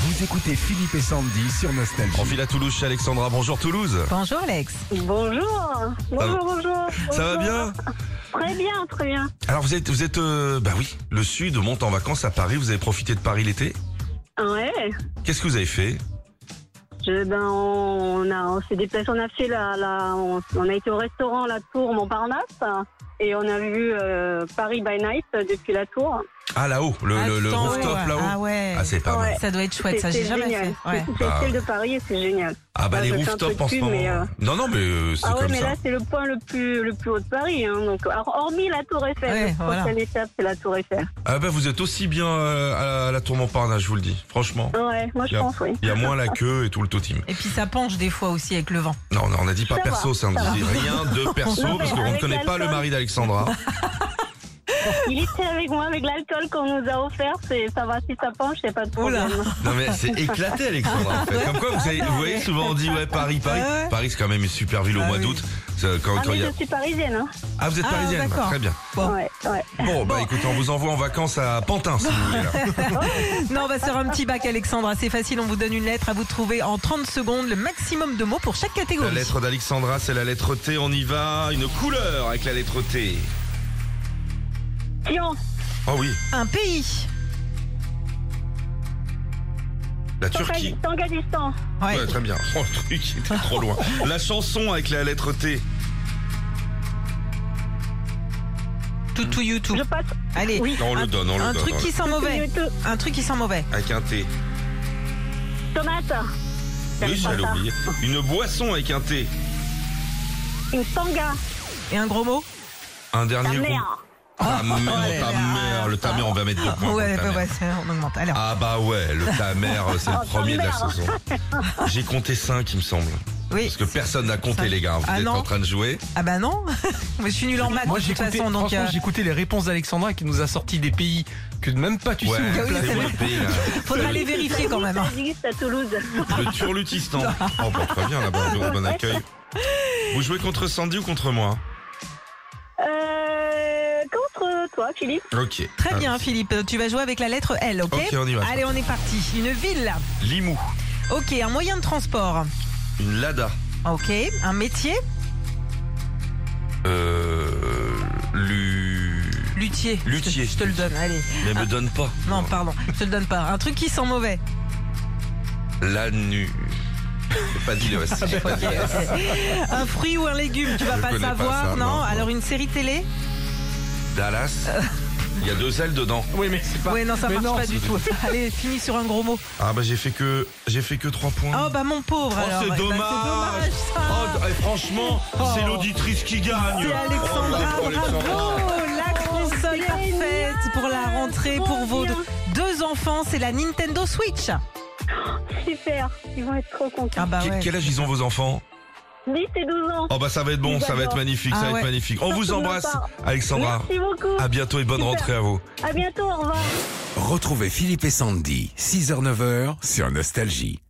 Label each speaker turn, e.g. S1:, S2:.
S1: Vous écoutez Philippe et Sandy sur Nostalgie.
S2: On file à Toulouse chez Alexandra. Bonjour Toulouse.
S3: Bonjour Lex.
S4: Bonjour. Bonjour, bonjour.
S2: Ça va
S4: Bonjour.
S2: bien
S4: Très bien, très bien.
S2: Alors vous êtes, vous êtes, euh, bah oui, le Sud monte en vacances à Paris. Vous avez profité de Paris l'été.
S4: Ouais.
S2: Qu'est-ce que vous avez fait
S4: Je- ben, on a, on s'est déplacé, on a fait la, la on, on a été au restaurant La Tour Montparnasse et on a vu euh, Paris by Night depuis la Tour.
S2: Ah là-haut, le, le- le
S3: Attends,
S2: rooftop
S3: ouais.
S2: là-haut.
S3: Ah ouais.
S2: Ah, c'est pas mal.
S4: Ouais.
S3: ça doit être chouette, ça
S4: C'est-
S3: j'ai
S4: c'est
S3: jamais
S4: génial.
S3: fait. Ouais.
S4: C'est-
S2: Bah,
S4: C'est celle de Paris et c'est génial.
S2: Ah bah
S4: Ah,
S2: les
S4: je fais un
S2: rooftops
S4: peu
S2: en ce
S4: de
S2: moment.
S4: pub, mais, euh,
S2: Non non mais euh, c'est
S4: Ah ouais,
S2: comme
S4: mais
S2: ça.
S4: là c'est le point le plus le plus haut de Paris. Hein, donc, alors, hormis la Tour Eiffel,
S3: Ouais,
S4: la
S3: voilà.
S4: prochaine étape c'est la Tour Eiffel.
S2: Ah bah vous êtes aussi bien euh, à la Tour Montparnasse, je vous le dis. Franchement,
S4: Ouais, moi je
S2: Yep.
S4: pense oui.
S2: il y a moins la queue et tout le totem.
S3: Et puis ça penche des fois aussi avec le vent.
S2: Non, non, on n'a dit pas
S4: Ça
S2: perso,
S4: va,
S2: ça, on
S4: ça
S2: dit rien de perso
S4: Non, mais
S2: parce qu'on ne
S4: avec
S2: connaît pas le
S4: l'alcool.
S2: mari d'Alexandra.
S4: Il était avec moi avec l'alcool qu'on nous a offert. C'est ça va si ça penche, c'est pas de
S3: Oula.
S4: problème.
S2: Non mais c'est éclaté Alexandra en fait. Comme quoi vous, avez- vous voyez souvent on dit ouais Paris Paris
S3: Ouais, ouais.
S2: Paris c'est quand même une super ville au
S3: Ah
S2: mois
S3: oui.
S2: d'août. Ça, Quand,
S4: Ah
S2: quand
S4: mais
S2: il y a-
S4: je suis parisienne. Hein.
S2: Ah vous êtes
S3: Ah,
S2: parisienne bah,
S3: d'accord.
S2: très bien.
S3: Bon.
S4: Ouais, ouais.
S2: Bon bah écoutez on vous envoie en vacances à Pantin si vous voulez. là.
S3: Non, on va se faire un petit bac Alexandra, c'est facile, on vous donne une lettre à vous trouver en 30 secondes, le maximum de mots pour chaque
S2: La
S3: catégorie.
S2: lettre d'Alexandra c'est la lettre T on y va. Une couleur avec la lettre T.
S4: Sion,
S2: Oh oui
S3: Un pays.
S2: la Turquie.
S4: Tangadistan,
S3: Ouais.
S2: Ouais, très bien. Oh, le truc il était trop loin. La chanson avec la lettre T.
S3: Tout tout you tout.
S4: je passe.
S3: Allez.
S4: Oui.
S2: Non, on le donne on le
S3: Un
S2: donne.
S3: truc
S2: on
S3: qui
S2: le-
S3: sent mauvais.
S4: Youtube,
S3: Un truc qui sent mauvais.
S2: Avec un T.
S4: Tomate.
S2: Oui
S4: J'avais pas
S2: j'allais
S4: ça.
S2: oublier. Une boisson avec un T.
S4: Une tanga.
S3: Et un gros mot
S2: Un
S4: Ta
S2: dernier groupe.
S4: mère.
S2: Ta
S3: Ah,
S2: mère,
S3: ouais.
S2: ta mère, le ta mère, on va mettre deux points. pour
S3: oh Ouais,
S2: ta
S3: bah
S2: mère.
S3: ouais, c'est- on augmente. Alors,
S2: Ah bah ouais, le ta mère, c'est
S4: Oh,
S2: le
S4: ta
S2: premier de la
S4: mère.
S2: saison. J'ai compté 5 il me semble.
S3: oui.
S2: Parce que personne n'a compté
S3: Cinq.
S2: les gars, vous
S3: Ah
S2: êtes
S3: non.
S2: en train de jouer.
S3: Ah bah non, mais je suis nul en maths
S5: Moi
S3: de
S5: j'ai
S3: toute
S5: écouté,
S3: façon, donc
S5: franchement,
S3: euh,
S5: j'ai écouté les réponses d'Alexandra qui nous a sorti des pays que même pas tu
S2: ouais,
S5: sais où
S3: oui,
S2: c'est
S3: c'est
S2: où
S3: vrai.
S2: le pays là
S3: faudra les vérifier quand même. hein.
S4: Ça existe à Toulouse.
S2: Le Turlutistan. Oh bah très bien là-bas, bon, bon accueil. Vous jouez contre Sandy ou contre moi
S4: Euh, contre toi, Philippe.
S2: Ok.
S3: Très
S2: Ah,
S3: bien Philippe, tu vas jouer avec la lettre L, ok,
S2: Ok, on y va.
S3: Allez, on est parti. Une ville.
S2: Limoux,
S3: Ok, un moyen de transport.
S2: une Lada,
S3: Ok, un métier.
S2: euh, lu...
S3: Luthier.
S2: Luthier.
S3: Je te, je te le donne, allez.
S2: Mais me donne pas.
S3: Ah. Non, pardon, je te le donne pas. Un truc qui sent mauvais.
S2: La nu... J'ai pas dit le
S3: Ah, bah,
S2: reste. j'ai pas dit le reste.
S3: Un fruit ou un légume, tu vas
S2: Je
S3: pas le
S2: connais pas
S3: savoir,
S2: ça,
S3: non,
S2: non.
S3: Alors une série télé
S2: Dallas, il y a deux ailes dedans.
S5: Oui mais c'est pas.
S3: Ouais, non, ça
S5: Mais
S3: marche
S5: non,
S3: pas du
S5: c'est-
S3: tout. Allez, finis sur un gros mot.
S2: Ah bah j'ai fait que j'ai fait que 3 points.
S3: Oh bah mon pauvre
S2: Oh,
S3: alors.
S2: c'est
S3: Eh ben,
S2: dommage.
S3: c'est dommage, ça.
S2: Oh, eh, franchement, c'est l'auditrice qui gagne.
S3: Oh. C'est Alexandra,
S2: Oh, bravo pour Alexandra.
S3: bravo La console
S4: Oh, génial.
S3: parfaite pour la rentrée
S4: Trop
S3: pour vos
S4: bien.
S3: deux- deux enfants, c'est la Nintendo Switch.
S4: Super. Ils vont être trop
S3: Ah
S4: contents.
S3: bah
S2: Que-
S3: ouais.
S2: Quel âge ils ont vos enfants
S4: 10 et 12 ans.
S2: Oh bah ça va être bon,
S4: Ils
S2: ça va être
S4: adorent.
S2: magnifique, ça
S3: Ah
S2: va
S3: ouais.
S2: être magnifique. On vous
S4: Surtout ne
S2: embrasse,
S4: pas.
S2: Alexandra.
S4: Merci beaucoup.
S2: À bientôt et bonne
S4: Super.
S2: rentrée à vous.
S4: À bientôt. Au revoir.
S1: Retrouvez Philippe et Sandy, 6h-9h sur Nostalgie.